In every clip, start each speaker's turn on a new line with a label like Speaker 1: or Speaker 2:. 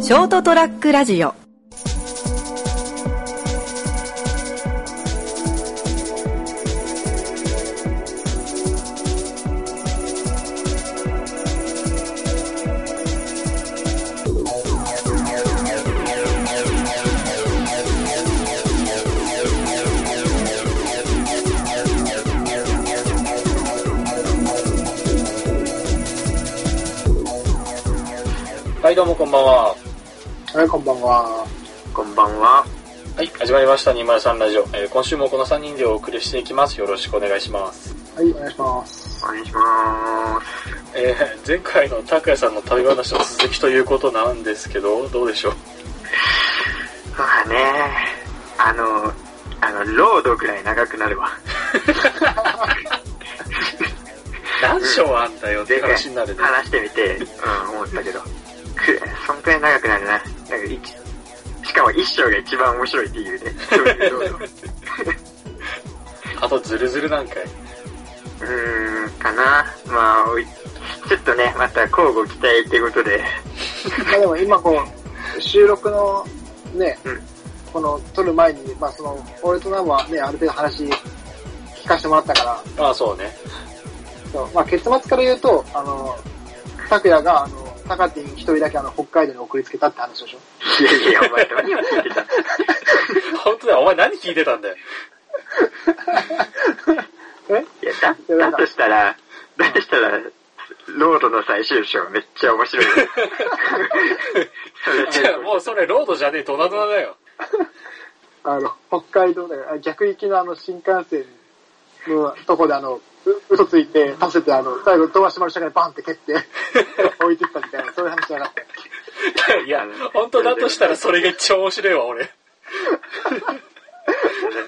Speaker 1: ショートトラックラジオ
Speaker 2: はい、どうもこんばんは。
Speaker 3: はい、こんばんは。
Speaker 4: こんばんは。
Speaker 2: はい、始まりました203ラジオ、えー今週もこの3人でお送りしていきます。よろしくお願いします。
Speaker 3: はい、お願いします。
Speaker 4: お願いします。
Speaker 2: えー前回の拓也さんの旅話の続きということなんですけど、どうでしょ う
Speaker 4: まあね、あの、あの、ロードぐらい長くなるわ。
Speaker 2: 何章あんだよって話になるね。
Speaker 4: 話してみて、うん、思ったけど。くそんくらい長くなるな。なんか一、しかも一章が一番面白いっていうね。そういうロード。う
Speaker 2: あとズルズルなんかい。
Speaker 4: ーん、かな。まあ、おいちょっとね、また交互期待ってことで。
Speaker 3: まあでも今こう、収録のね、
Speaker 4: うん
Speaker 3: この撮る前に、まあその、俺とナムはね、ある程度話聞かせてもらったから、
Speaker 2: ああ、そうね。
Speaker 3: そうまあ結末から言うと、あの、拓也が、あの、タカティン一人だけあの、北海道に送りつけたって話でしょ。
Speaker 4: いやいや、お前何を聞いてた
Speaker 2: 本当だよ、お前何聞いてたんだよ。
Speaker 3: え
Speaker 4: いや、だ、だとしたら、だとしたら、ロードの最終章めっちゃ面 白いよ。それ
Speaker 2: じゃあもうそれロードじゃねえ、ドナドナだよ。
Speaker 3: あの、北海道だから、逆行きのあの、新幹線のとこであの、う嘘ついて、立てて、あの、最後、ドア閉まる瞬間にバンって蹴って、 置いてったみたいな、そういう話じゃなかった。
Speaker 2: いや、本当だとしたらそれが一番面白いわ、俺。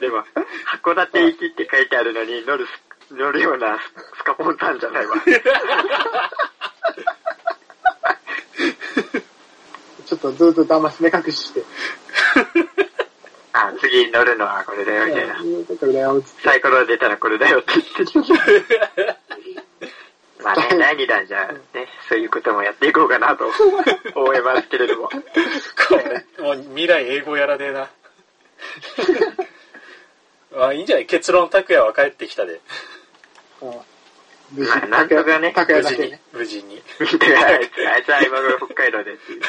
Speaker 4: でも、函館行きって書いてあるのに乗るス、乗るようなススカポンタンじゃ ないわ。
Speaker 3: ちょっとずっと騙し目隠しして、
Speaker 4: あ、次乗るのはこれだよ、みたいな。
Speaker 3: だからだよ、
Speaker 4: サイコロ出たらこれだよって言って まあね、第2弾じゃ、ね、そういうこともやっていこうかなと思いますけれ ども。
Speaker 2: これ、もう未来英語やらねえ な。まあいいんじゃない結論、拓也は帰ってきたで。
Speaker 3: 無
Speaker 4: まあなんとかね
Speaker 3: 拓
Speaker 2: 無
Speaker 3: 也だ
Speaker 2: 事
Speaker 3: け
Speaker 2: に
Speaker 3: ね。、
Speaker 2: 無事に。
Speaker 4: であいつあいつは今頃北海道でっていう。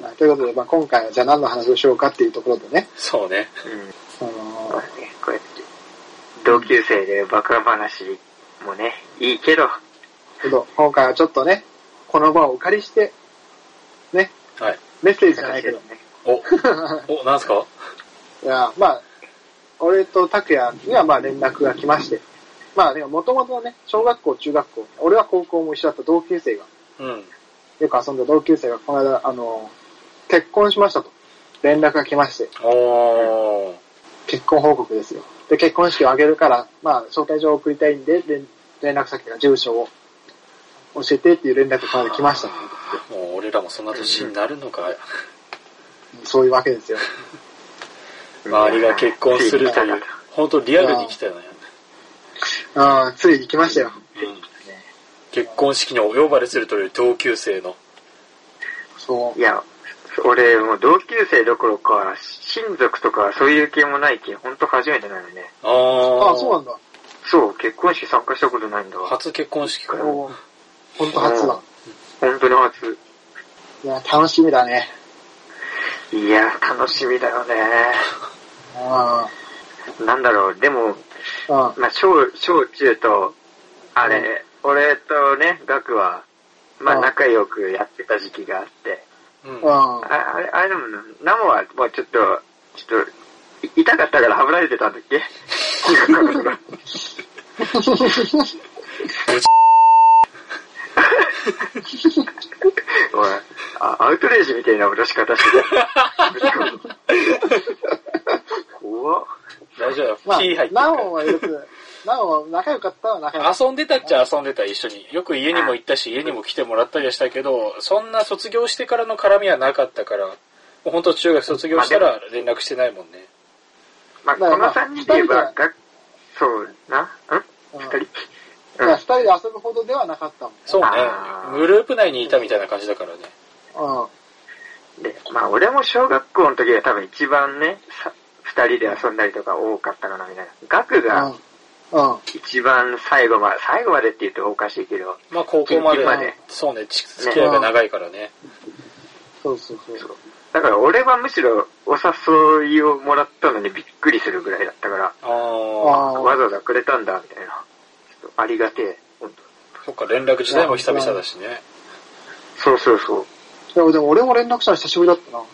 Speaker 3: まあということで、まあ、今回はじゃあ何の話をしようかっていうところでね、
Speaker 2: そうね。
Speaker 4: うん
Speaker 3: あ
Speaker 4: そう
Speaker 3: のー
Speaker 4: だね、こうやって、同級生で爆破話もね、いいけど、
Speaker 3: ちょっと今回はちょっとね、この場をお借りして、ね、
Speaker 2: はい。
Speaker 3: メッセージじゃないけど、
Speaker 4: ね。
Speaker 2: お、お、なんすか
Speaker 3: いや、まあ、俺と拓也にはまあ連絡が来まして、まあでも元々のね、小学校、中学校、俺は高校も一緒だった同級生が、
Speaker 2: うん。
Speaker 3: よく遊んだ同級生がこの間、あのー結婚しましたと、連絡が来まして、
Speaker 2: おー。
Speaker 3: 結婚報告ですよ。で、結婚式を挙げるから、まあ、招待状を送りたいんで、連連絡先が住所を教えてっていう連絡がこの間来ました。
Speaker 2: もう俺らもそんな年になるのか。
Speaker 3: そういうわけですよ。
Speaker 2: 周りが結婚するという、本当リアルに来たよね。
Speaker 3: ああ、ついに来ましたよ。
Speaker 2: うん結婚式にお呼ばれするという同級生の。
Speaker 3: そ
Speaker 4: いや、俺、もう同級生どころか、親族とかそういう系もないけん、ほんと初めてなのね。
Speaker 2: あ
Speaker 3: う。
Speaker 2: ー。
Speaker 3: ああ、そうなんだ。
Speaker 4: そう、結婚式参加したことないんだわ。
Speaker 2: 初結婚式かよ。
Speaker 3: おーほんと初だ。
Speaker 4: ほんとに初。
Speaker 3: いや、楽しみだね。
Speaker 4: いや、楽しみだよね。
Speaker 3: あ
Speaker 4: なんだろう、でも、
Speaker 3: あ、あ
Speaker 4: まあ、小、小中と、あれ、俺とね、ガクは、ま
Speaker 3: う
Speaker 4: あ
Speaker 3: ん
Speaker 4: 仲良くやってた時期があって、
Speaker 2: うん。
Speaker 3: あ、あ
Speaker 4: ああれ、あれでもな、ナモは、もうちょっと、ちょっと、い痛かったからハブられてたんだっけ おいあ、アウトレイジみたいな脅し方して た。怖っ。
Speaker 2: 大丈夫。
Speaker 3: まあ
Speaker 2: キー入っ、てるか
Speaker 3: な
Speaker 2: ら
Speaker 3: おはよく、なおは仲良かったは仲良かっ
Speaker 2: 遊んでたっちゃ遊んでた一緒によく家にも行ったし家にも来てもらったりはしたけどそんな卒業してからの絡みはなかったからもう本当中学卒業したら連絡してないもんね
Speaker 4: まあ、
Speaker 3: まあ
Speaker 4: この3人で言え
Speaker 3: まあ
Speaker 4: ば、がそうな、ん
Speaker 3: た。うん
Speaker 4: 二人
Speaker 3: だから二人で遊ぶほどではなかったもんね。
Speaker 2: そうね
Speaker 4: あ。ー
Speaker 2: グループ内にいたみたいな感じだからね。
Speaker 3: うん。
Speaker 4: で、まあ俺も小学校の時が多分一番ね、さ二人で遊んだりとか多かったかなみたいな。学が
Speaker 3: うん。うん。
Speaker 4: 一番最後まで、最後までって言うとおかしいけど、
Speaker 2: まあ高校まで
Speaker 4: 近畿まで、
Speaker 2: そうね、ち付き合いが長いからね。
Speaker 3: そうそうそう。
Speaker 4: そうだから俺はむしろお誘いをもらったのにびっくりするぐらいだったから、
Speaker 2: ああ
Speaker 3: ああ
Speaker 4: わざわざくれたんだみたいな。ちょっとありがてえ、本当
Speaker 2: そっか、連絡自体も久々だしね。
Speaker 4: そうそうそう。
Speaker 3: いやでも俺も連絡したの久しぶりだったな。だ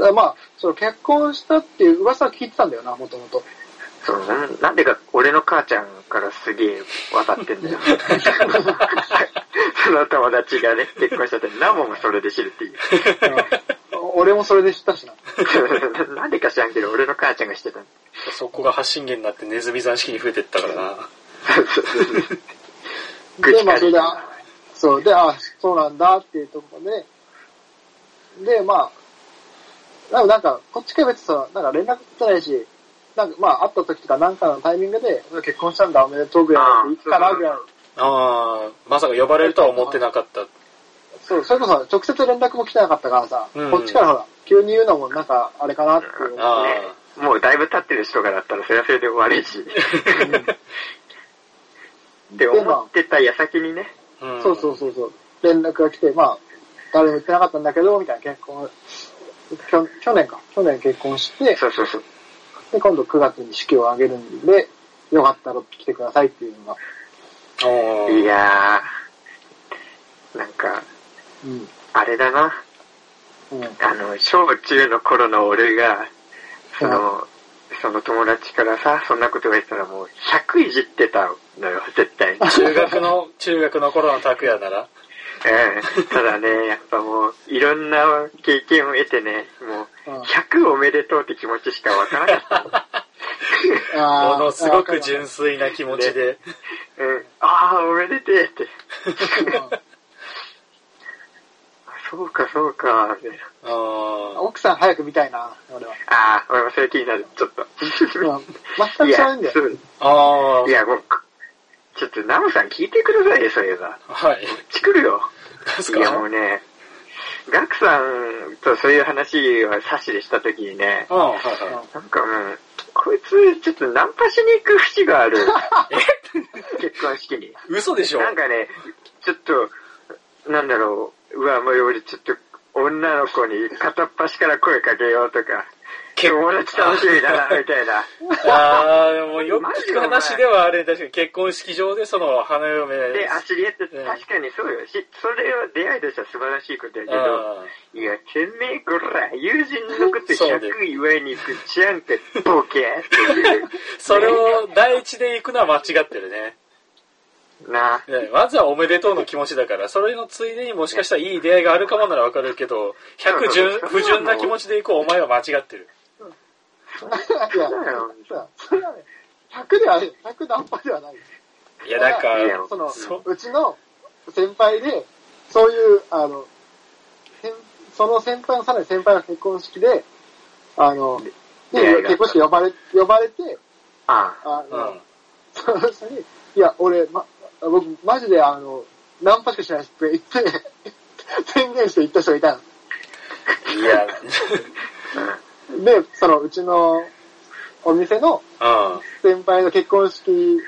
Speaker 3: からまあ、その結婚したっていう噂は聞いてたんだよな、もともと。
Speaker 4: そのなんなんでか俺の母ちゃんからすげえ渡ってんだよ。その友達がね、結婚しちゃって、ナモもそれで知るっていう。
Speaker 3: うん俺もそれで知ったしな。
Speaker 4: なんでか知らんけど、俺の母ちゃんがしてたの。
Speaker 2: そこが発信源になってネズミ山式に増えてったからな。
Speaker 4: 愚
Speaker 3: で、
Speaker 4: 痴
Speaker 3: まあ、
Speaker 4: か
Speaker 3: それで、あそう、で、あ、そうなんだっていうところで、で、まあ、なんか、なんかこっちから別にさ、なんか連絡取ってないし、なんか、まあ、会った時とかなんかのタイミングで、俺結婚したんだ、おめでとうぐらいでいいか
Speaker 4: あ
Speaker 3: な、
Speaker 4: ー
Speaker 3: ぐらいの。
Speaker 2: ああ、まさか呼ばれるとは思ってなかった。
Speaker 3: そう、それこそ直接連絡も来てなかったからさ、
Speaker 2: うん
Speaker 3: こっちからほら、急に言うのもなんか、あれかなっていう。
Speaker 2: あ
Speaker 4: ね、もうだいぶ経ってる人からだったらそれはそれで悪いし。って思ってた矢先にね、
Speaker 2: うん、
Speaker 3: そうそうそうそう。連絡が来て、まあ、誰も言ってなかったんだけど、みたいな結婚、去去年か。去年結婚して、
Speaker 4: そうそうそう。
Speaker 3: で、今度9月に式を挙げるんで、よかったら来てくださいっていうのが。
Speaker 2: ああ
Speaker 4: いやー、なんか、
Speaker 3: うん。
Speaker 4: あれだな。
Speaker 3: うん。
Speaker 4: あの、小中の頃の俺が、その、その友達からさ、そんなこと言われたらもう100いじってたのよ、絶対に。
Speaker 2: 中学の、中学の頃の拓也なら、
Speaker 4: うんただね、やっぱもう、いろんな経験を得てね、も
Speaker 3: うん
Speaker 4: う、100おめでとうって気持ちしかわからな かった。
Speaker 3: あ
Speaker 2: も
Speaker 3: ー
Speaker 2: のすごく
Speaker 3: わかる
Speaker 2: 純粋な気持ちで、
Speaker 4: うん、ああ、おめでてえって。
Speaker 3: わかる
Speaker 4: あそうか、そうか、みたいな。
Speaker 3: うん
Speaker 2: あ
Speaker 3: 奥さん早く見たいな、俺は。
Speaker 4: ああ、俺もそれ気になる、ちょっと。
Speaker 3: うん全く知らないんだよ。
Speaker 4: そう
Speaker 2: あ、あ
Speaker 4: いや、もう、ちょっとナムさん聞いてくださいよ、そういえば。
Speaker 2: あ、はい。
Speaker 4: 作るよ。
Speaker 2: です
Speaker 4: いやも
Speaker 2: か
Speaker 4: うね、ガクさんとそういう話を差しでした時にね、
Speaker 2: ああ、はいは
Speaker 4: なんかうん、こいつちょっとナンパしに行く節 がある。結婚式に。
Speaker 2: い。嘘でしょ
Speaker 4: なんかね、ちょっと、なんだろう、うわ、もう俺ちょっと女の子に片っ端から声かけようとか、
Speaker 2: 結
Speaker 4: 友達楽しみだな、みたいな。
Speaker 2: ああ、でもよく聞く話ではあれ、確かに結婚式場でその花嫁。
Speaker 4: で、あ、知り合って、
Speaker 2: うん
Speaker 4: 確かにそうよ。し、それは出会いとしては素晴らしいことやけど、
Speaker 2: あ
Speaker 4: いや、てめえこら、友人のこと
Speaker 2: そうね
Speaker 4: 100祝いに行くちゃんって、ボケっていう。
Speaker 2: それを第一で行くのは間違ってるね。
Speaker 4: な、
Speaker 2: ねまずはおめでとうの気持ちだから、それのついでにもしかしたらいい出会いがあるかもならわかるけど、100純不純な気持ちで行こうお前は間違ってる。
Speaker 3: いや、
Speaker 4: そうだよ
Speaker 3: そうそれはね、100ではない、100ナンパではない。
Speaker 2: いや、なんか、
Speaker 4: いや
Speaker 3: その
Speaker 2: そう
Speaker 3: うちの先輩で、そういう、あの、先その先輩のさらに先輩の結婚式で、あの、
Speaker 4: 出会い
Speaker 3: で
Speaker 4: があった
Speaker 3: 結婚式呼ばれ、呼ばれて、
Speaker 4: あ
Speaker 3: あ
Speaker 2: う
Speaker 3: の
Speaker 2: ん、。
Speaker 3: その人に、いや、俺、ま、僕、マジであの、ナンパしかしないって言って、 宣言して言った人がいたの。
Speaker 2: いや、
Speaker 3: で、その、うちのお店の
Speaker 2: うん。
Speaker 3: 先輩の結婚式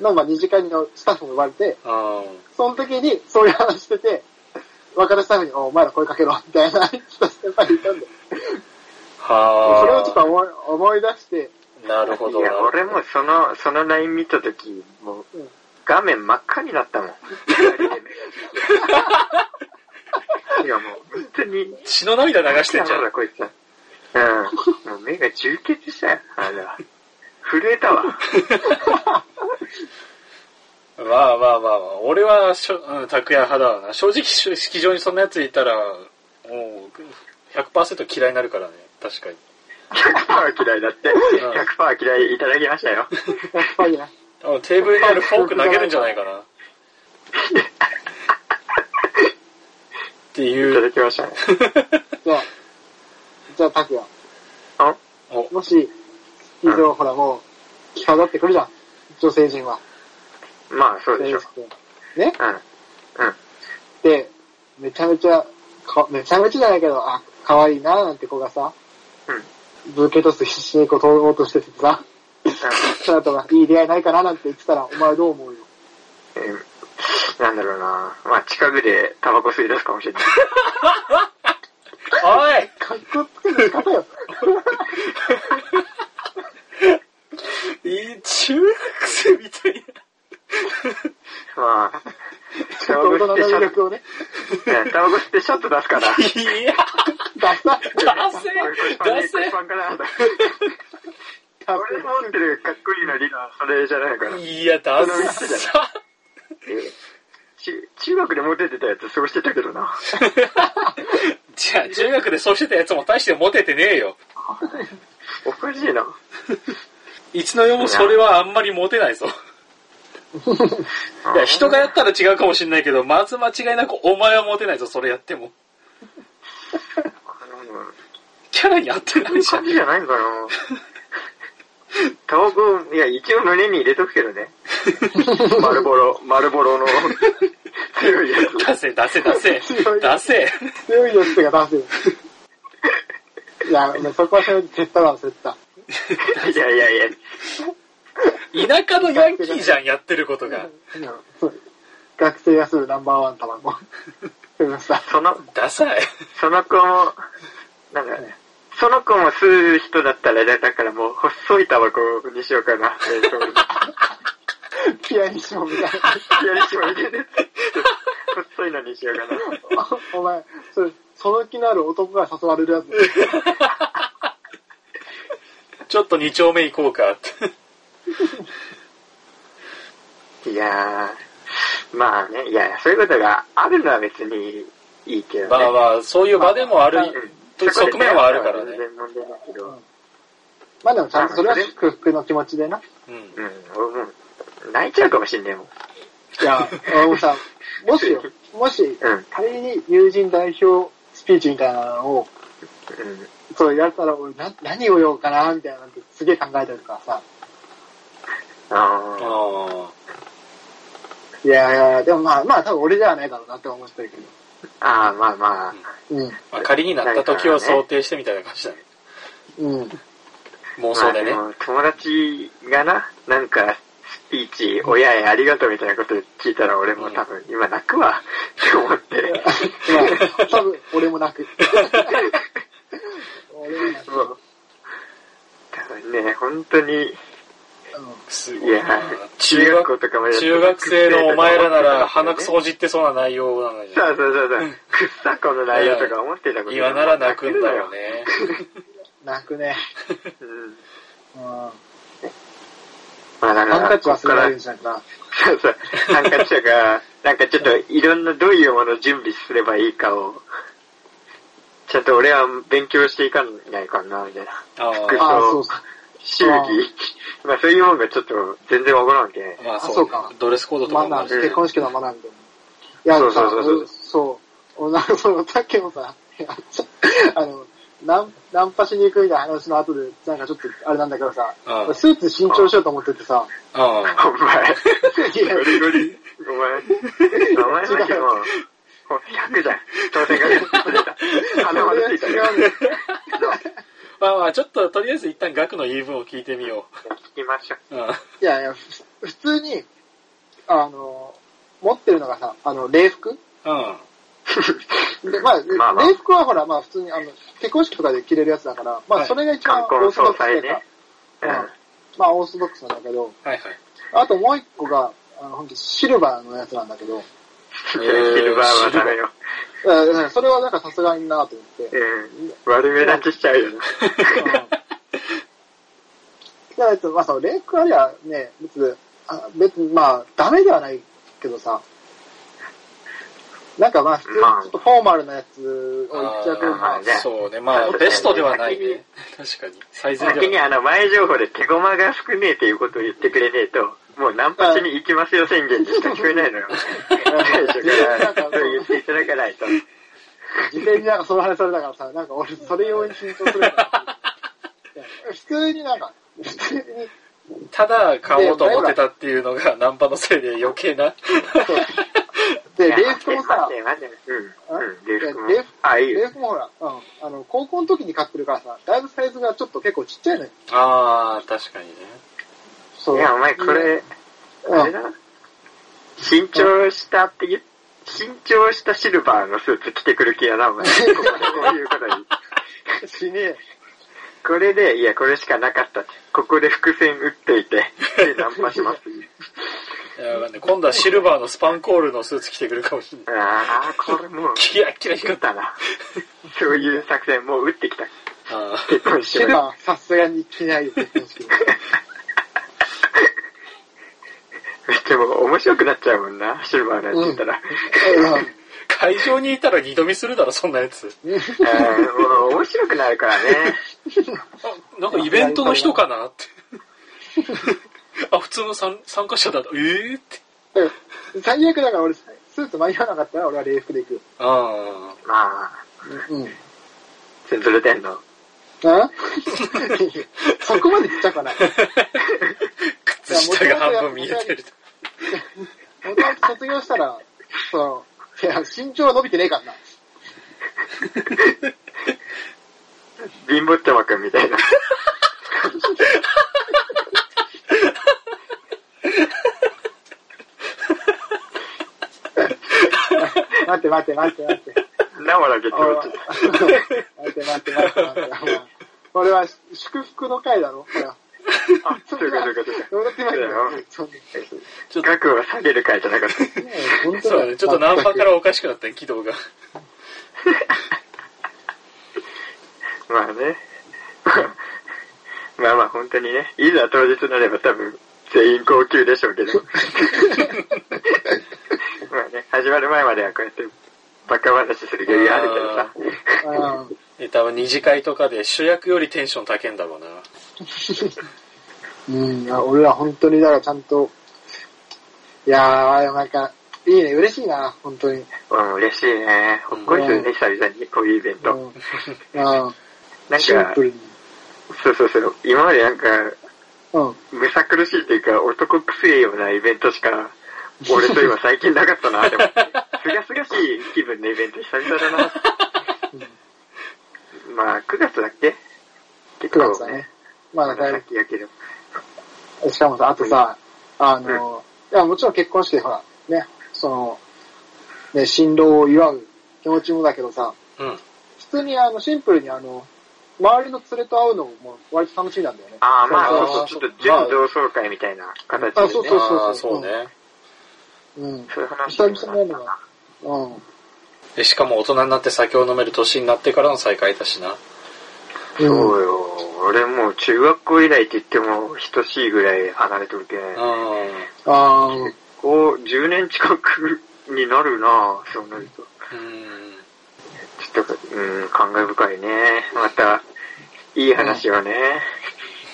Speaker 3: の、まあ、二次会のスタッフも呼ばれて、
Speaker 2: うん。
Speaker 3: その時に、そういう話してて、若手スタッフに、おお前ら声かけろ、みたいな、人先輩いたんで。
Speaker 2: はあ。
Speaker 3: それをちょっと思い思い出して、
Speaker 2: なるほ
Speaker 4: い
Speaker 2: ど。
Speaker 4: や、俺もその、その LINE 見たとき、もう
Speaker 3: うん、
Speaker 4: 画面真っ赤になったもん。 いや、もう、本当に、
Speaker 2: 血の涙流してんじゃ
Speaker 4: なん
Speaker 2: ん。
Speaker 4: だこいつは。うん。もう目が充血したよ、あれは。震えたわ。
Speaker 2: まあまあまあまあ、俺はしょ、うん、拓也派だわな。正直、し式場にそんなやついたら、もう、100%嫌いになるからね。確かに。
Speaker 4: 100%嫌いだって。100%嫌いいただきましたよ。
Speaker 3: やっぱりね、
Speaker 2: あテーブルにあるフォーク投げるんじゃないかな。って
Speaker 4: い
Speaker 2: い
Speaker 4: た
Speaker 2: う。
Speaker 4: だきましたね。
Speaker 3: じゃあ、じゃあ、拓也、
Speaker 4: あ
Speaker 2: お
Speaker 3: もし、以上、ほら、もう、際立ってくるじゃん、女性陣は。
Speaker 4: まあ、そうでしょ
Speaker 3: 選。手ね
Speaker 4: うん。うん。
Speaker 3: で、めちゃめちゃ、かめちゃめちゃじゃないけど、あ、可愛いなーなんて子がさ、ブーケトス必死にこう通ろうとしててさ、その後が、いい出会いないかななんて言ってたら、お前どう思うよ。
Speaker 4: うん。うん。なんだろうな。まあ、近くでタバコ吸い出すかもしれない。
Speaker 2: おい
Speaker 3: かっこつけて方よ。
Speaker 2: いい中学生みたいな。
Speaker 4: まあ、タ
Speaker 3: 大人
Speaker 4: バコ吸
Speaker 3: の
Speaker 4: ってシ
Speaker 3: 魅
Speaker 4: ョッ
Speaker 3: 力をね、
Speaker 4: ト、うんタバコ吸ってショット出すから。
Speaker 2: いや、
Speaker 3: 出さ、
Speaker 2: ダセダセ
Speaker 4: 腰パンかな
Speaker 3: かっこ
Speaker 4: 俺の持ってるかっこいいの理論、それじゃないから。
Speaker 2: いや、ダ
Speaker 4: その
Speaker 2: サ
Speaker 4: 道じえち中学でモテてたやつそうしてたけどな。
Speaker 2: じゃあ、中学でそうしてたやつも大してモテてねえよ。
Speaker 4: おかしいな。
Speaker 2: いつの世もそれはあんまりモテないぞ。いや、人がやったら違うかもしんないけど、まず間違いなくお前はモテないぞ、それやっても。
Speaker 4: あの
Speaker 2: キャラに合ってないじゃ
Speaker 4: 感
Speaker 2: ん。
Speaker 4: じじゃないのかな。タバコ、いや、一応胸に入れとくけどね。丸ボロ、丸ボロの強いやつ。
Speaker 2: 出せ、出せ、出せ。出せ。
Speaker 3: 強いやつが出せ。いや、そこはそれ絶対忘れてた。
Speaker 4: いやいやいや、
Speaker 2: 田舎のヤンキーじゃん、やってることが。
Speaker 3: うんそう学生がするナンバーワン卵。でもさ、
Speaker 4: その、
Speaker 2: ダサい。
Speaker 4: その子も、なんか、その子も吸う人だったら、だからもう、細いタバコにしようかな。えーと
Speaker 3: ピアニッシモみたい
Speaker 4: やりしまいでね。細いのにしようかな。
Speaker 3: な。おお前、それ、その気のある男が誘われるやつ。
Speaker 2: ちょっと二丁目行こうかって。
Speaker 4: いやー、まあね、いや、そういうことがあるのは別にいいけどね。
Speaker 2: まあまあ、そういう場でもあ
Speaker 3: まあ
Speaker 2: る。
Speaker 4: うん
Speaker 2: 側面はあるからね
Speaker 4: 全然問題ないけど、
Speaker 3: まあでもちゃんとそれは祝福の気持ちでな。
Speaker 2: うん。
Speaker 4: うん、俺もう、泣いちゃうかもしんねえもん。
Speaker 3: いや、俺もさ、もしよ、もし
Speaker 4: うん、
Speaker 3: 仮に友人代表スピーチみたいなのを、
Speaker 4: うん。
Speaker 3: そうやったら俺な、何を言おうかな、みたいなのってすげえ考えてるからさ。
Speaker 4: あー
Speaker 2: あ
Speaker 3: いやいや、でもまあまあ多分俺じゃないだろうなって思ってるけ
Speaker 4: あー、まあまあ、
Speaker 3: ど。うん。
Speaker 2: あ。まあ、仮になった時を想定してみたいな感じだね。
Speaker 3: うん。
Speaker 2: 妄想でね。
Speaker 4: まあ、でも友達がな、なんか、スピーチ、親へありがとうみたいなこと聞いたら俺も多分今泣くわって思って。
Speaker 3: まあ、多分俺も泣く。 俺も泣く。
Speaker 4: もう多分ね、本当に、
Speaker 2: すご
Speaker 4: い
Speaker 2: い
Speaker 4: や
Speaker 2: な。、中
Speaker 4: 中学校
Speaker 2: 学、
Speaker 4: とかまでやって
Speaker 2: 中学生のお前らなら鼻くそ
Speaker 4: そう
Speaker 2: おじってそうな内容なのに。
Speaker 4: そうそうそう。くっさこの内容とか思ってたこ と
Speaker 2: 今なら泣くんだよ。ね。
Speaker 3: 泣くね。
Speaker 4: うん。
Speaker 3: うん。
Speaker 4: まあだから、
Speaker 3: ハンカチ忘れられる
Speaker 4: こ
Speaker 3: じゃんか。
Speaker 4: こからそうそう。ハンカチとか、なんかちょっといろんなどういうものを準備すればいいかを、ちゃんと俺は勉強していかないかな、みたいな。
Speaker 2: あ
Speaker 4: ら
Speaker 2: あ、
Speaker 3: ああ、そうか。
Speaker 4: 周
Speaker 3: あ
Speaker 4: 期。まあそういうもんがちょっと全然わからんけん。
Speaker 2: まあ
Speaker 3: あそ
Speaker 2: そう
Speaker 3: うか
Speaker 2: ね。ドレスコードとか
Speaker 3: マ
Speaker 2: もあ
Speaker 3: ナ
Speaker 2: るし。
Speaker 3: ー、結婚式のマナーみたいな。いや、
Speaker 4: そうそう
Speaker 3: さ
Speaker 4: そうそう
Speaker 3: 俺そう。俺なんかその、さっきもさ、 あの、ナンナンパしに行くみたいな話の後で、なんかちょっとあれなんだけどさ、
Speaker 2: うん
Speaker 3: 俺スーツ新調しようと思っててさ、
Speaker 2: あ
Speaker 4: お前、
Speaker 3: いや
Speaker 4: ゴリゴリ、お前、お前だけど、もう100じゃん。当選が出た。鼻までついたよ。
Speaker 3: 違うね
Speaker 2: まあまあ、ちょっととりあえず一旦額の言い分を聞いてみよ
Speaker 4: 聞きましょう。
Speaker 2: う。うん。
Speaker 3: いやいや、ふ普通に、あの、持ってるのがさ、あの、礼服
Speaker 2: うん。
Speaker 3: で、まあ、
Speaker 4: まあまあ
Speaker 3: 礼服はほら、まあ普通に、あの、結婚式とかで着れるやつだから、ま
Speaker 2: は
Speaker 3: あ
Speaker 2: い
Speaker 3: それが一番
Speaker 4: 観
Speaker 3: オー
Speaker 4: 光
Speaker 3: ソド
Speaker 4: 総
Speaker 3: ックスとい
Speaker 4: 裁
Speaker 3: うか
Speaker 4: ね。うん。
Speaker 3: まあオーソドックスなんだけど、
Speaker 2: はいはい。
Speaker 3: あともう一個が、あの、本当シルバーのやつなんだけど、
Speaker 4: シルバーはダメよ。
Speaker 3: えーだからそれはなんかさすがになと思って。
Speaker 4: うん。悪目立ちしちゃうよな。
Speaker 3: だから、まあその礼服ありゃね、別に、あ別にまあダメではないけどさ、なんかまあ普通にちょっとフォーマルなやつを一着、
Speaker 4: あーまあね
Speaker 2: そうね。まあ、ベストではないね。確かに。最善
Speaker 4: 先
Speaker 2: で
Speaker 4: に
Speaker 2: は
Speaker 4: あの、前情報で手駒が少ねえということを言ってくれねえと、もうナンパしに行きますよ宣言でしか聞こえないのよ。最初から、そう言っていただかないと。
Speaker 3: 事前になんかその話されたからさ、なん か俺それ用に緊張するから。いや普通になんか、普通に
Speaker 2: ただ買おうと思ってたっていうのがナンパのせいで余計な。
Speaker 3: そう。で、
Speaker 4: いや
Speaker 3: レースもさ
Speaker 4: 待、って待って待ってうん
Speaker 3: あ
Speaker 4: うん、レースも
Speaker 3: レース。
Speaker 4: あ、いい
Speaker 3: レ
Speaker 4: よ。
Speaker 3: ースもほら、うん、あの、高校の時に買ってるからさ、だいぶサイズがちょっと結構ちっちゃいのよ。
Speaker 2: ああ、確かにね。
Speaker 3: そう。
Speaker 4: いや、お前これ、
Speaker 3: うん、
Speaker 4: あれだ。新調したって言う、新調したシルバーのスーツ着てくる気やな、お前。ここでこういうことに。
Speaker 3: 死ねえ。
Speaker 4: これで、いや、これしかなかった。ここで伏線打っといて、で、ナンパします。
Speaker 2: いやわかんない今度はシルバーのスパンコールのスーツ着てくるかもしれない。
Speaker 4: ああ、これもう、
Speaker 2: キラッキラ
Speaker 4: 打
Speaker 2: 光
Speaker 4: っ
Speaker 2: った。
Speaker 4: たな。 そういう作戦、もう打ってきた。
Speaker 2: あー
Speaker 4: 結婚し
Speaker 3: シ
Speaker 4: て
Speaker 3: ル
Speaker 4: ない
Speaker 3: バーはさすがに着ないで結婚式。
Speaker 4: でも、面白くなっちゃうもんな、シルバーのやつ言ったら。
Speaker 2: 会場にいたら二度見するだろ、そんなやつ。
Speaker 3: うん
Speaker 4: あーもう面白くなるから ね。
Speaker 2: あなんかイベントの人かなって。 あ、普通の参参加者だった。ええって。
Speaker 3: うん最悪だから俺、スーツ間に合わなかったら俺は礼服で行くよ。
Speaker 2: あ
Speaker 4: まあ、
Speaker 3: うん。
Speaker 4: ツンツル天皇。
Speaker 3: あそこまで言っちゃうかな。
Speaker 2: あ。靴下が半分見えてる。
Speaker 3: もともと卒業したら、その、いや、身長は伸びてねえからな。
Speaker 4: 貧乏ちゃまくんみたい な。
Speaker 3: 待って待って待って待って。
Speaker 4: 生だけって
Speaker 3: おい
Speaker 4: 落ちた。
Speaker 3: 待って待って待って待って。お前俺は祝福の会だろほら。
Speaker 4: あ、そういうことそういうことか。
Speaker 3: 俺ってないよ
Speaker 4: そうだよ。
Speaker 3: そんな
Speaker 2: ちょっと
Speaker 4: 額を下げる会じゃなかった。
Speaker 3: ねえ本
Speaker 2: そ
Speaker 3: 当
Speaker 2: う
Speaker 3: だ
Speaker 2: だ
Speaker 3: よ
Speaker 2: ね。ちょっとナンパからおかしくなったね、軌道が。
Speaker 4: まあね。 まあまあ本当にね、いざ当日になれば多分全員高級でしょう けど。まあね、始まる前まではこうやってバカ話する余裕あるけどさ。
Speaker 3: うん
Speaker 2: え、多分二次会とかで主役よりテンション高いんだろうな。
Speaker 3: うん、いや俺ら本当に、だからちゃんと、いやー、なんか、いいね、嬉しいな、本当に。
Speaker 4: うん、嬉しいね。ほっこりするね、久々に、こういうイベン
Speaker 3: う
Speaker 4: ト。
Speaker 3: ん。うん
Speaker 4: なん
Speaker 3: シン
Speaker 4: か
Speaker 3: プ、ルに。
Speaker 4: そうそうそう、今までなんか、
Speaker 3: うん。
Speaker 4: むさ苦しいというか、男くせえようなイベントしか、 俺と今最近なかったな、でも。すがすがしい気分のイベント久々だな。まあ、9月だっけ結
Speaker 3: 9
Speaker 4: 構
Speaker 3: 月だね。。ま
Speaker 4: ま
Speaker 3: あ、
Speaker 4: だ
Speaker 3: だい
Speaker 4: 先やけど。
Speaker 3: ぶ、しかもさ、あとさ、あの、いや、もちろん結婚式でほら、ね、その、ね、新郎を祝う気持ちもだけどさ、
Speaker 2: うん。
Speaker 3: 普通にあの、シンプルにあの、周りの連れと会うのももう割と楽しみなんだよね。
Speaker 4: ああ、まあ、
Speaker 2: そう
Speaker 4: そう
Speaker 2: そ
Speaker 4: そうう、ちょっと純同窓会みたいな形で、ね。
Speaker 3: あそうそう
Speaker 2: ああ、そうね。
Speaker 3: うん。
Speaker 4: そういう話
Speaker 3: 久
Speaker 4: になっ
Speaker 3: 々にやるの
Speaker 4: たな
Speaker 3: が。。うん。
Speaker 2: でしかも大人になって酒を飲める年になってからの再会だしな。
Speaker 3: うん
Speaker 4: そうよ。俺もう中学校以来って言っても等しいぐらい離れてるけん。
Speaker 2: あ
Speaker 3: あー
Speaker 4: こう、10年近くになるなそうなると。
Speaker 2: あ。うん。
Speaker 4: ちょっと、うん、感慨深いね。また、いい話をね、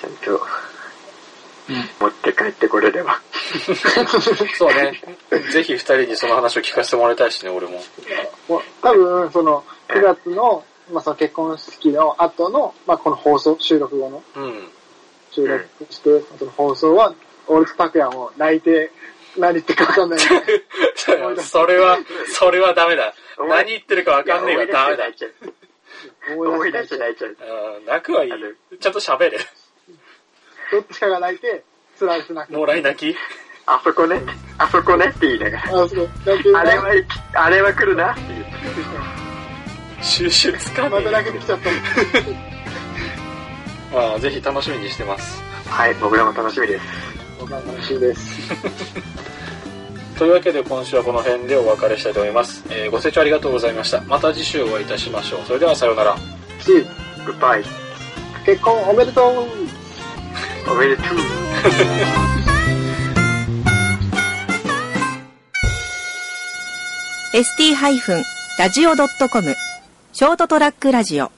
Speaker 4: ちゃんと、持って帰ってこれれば。
Speaker 2: そうね。ぜひ二人にその話を聞かせてもらいたいしね、俺も。
Speaker 3: もう多分、その、9月の、まあ、その結婚式の後の、まあ、この放送、収録後の、
Speaker 2: うん。
Speaker 3: 収録して、その放送は、俺と拓也も泣いて、何言ってるか分かんない。
Speaker 2: それは、それはダメだ。
Speaker 4: お前
Speaker 2: 何言ってるかわかんねえがダメだ。
Speaker 4: いや
Speaker 3: 思
Speaker 4: 思
Speaker 3: い
Speaker 4: い
Speaker 3: 出
Speaker 4: 出
Speaker 3: し
Speaker 4: し
Speaker 3: て、
Speaker 4: て泣いちゃう。
Speaker 2: うん泣くはいい
Speaker 4: ある。
Speaker 2: ちゃんと喋れ。
Speaker 3: どっちかが泣いて、つられて泣く。
Speaker 2: もらい泣き
Speaker 4: あそこね、あそこねって言いながら。
Speaker 3: あ、そう、泣いてる
Speaker 4: あ
Speaker 3: な
Speaker 4: れは、あれは来るなって言って。
Speaker 2: 収集つかね
Speaker 3: また泣
Speaker 2: え。
Speaker 3: けてきちゃ った。
Speaker 2: まあ、ぜひ楽しみにしてます。
Speaker 4: はい、僕らも楽しみです。
Speaker 3: 僕は楽しいです。
Speaker 2: というわけで今週はこの辺でお別れしたいと思います。えーご清聴ありがとうございました。また次週お会いいたしましょう。それではさようなら。
Speaker 3: チー
Speaker 4: グッバイ。
Speaker 3: 結婚おめでとう
Speaker 4: おめでとう。
Speaker 1: ST-radio.com ショートトラックラジオ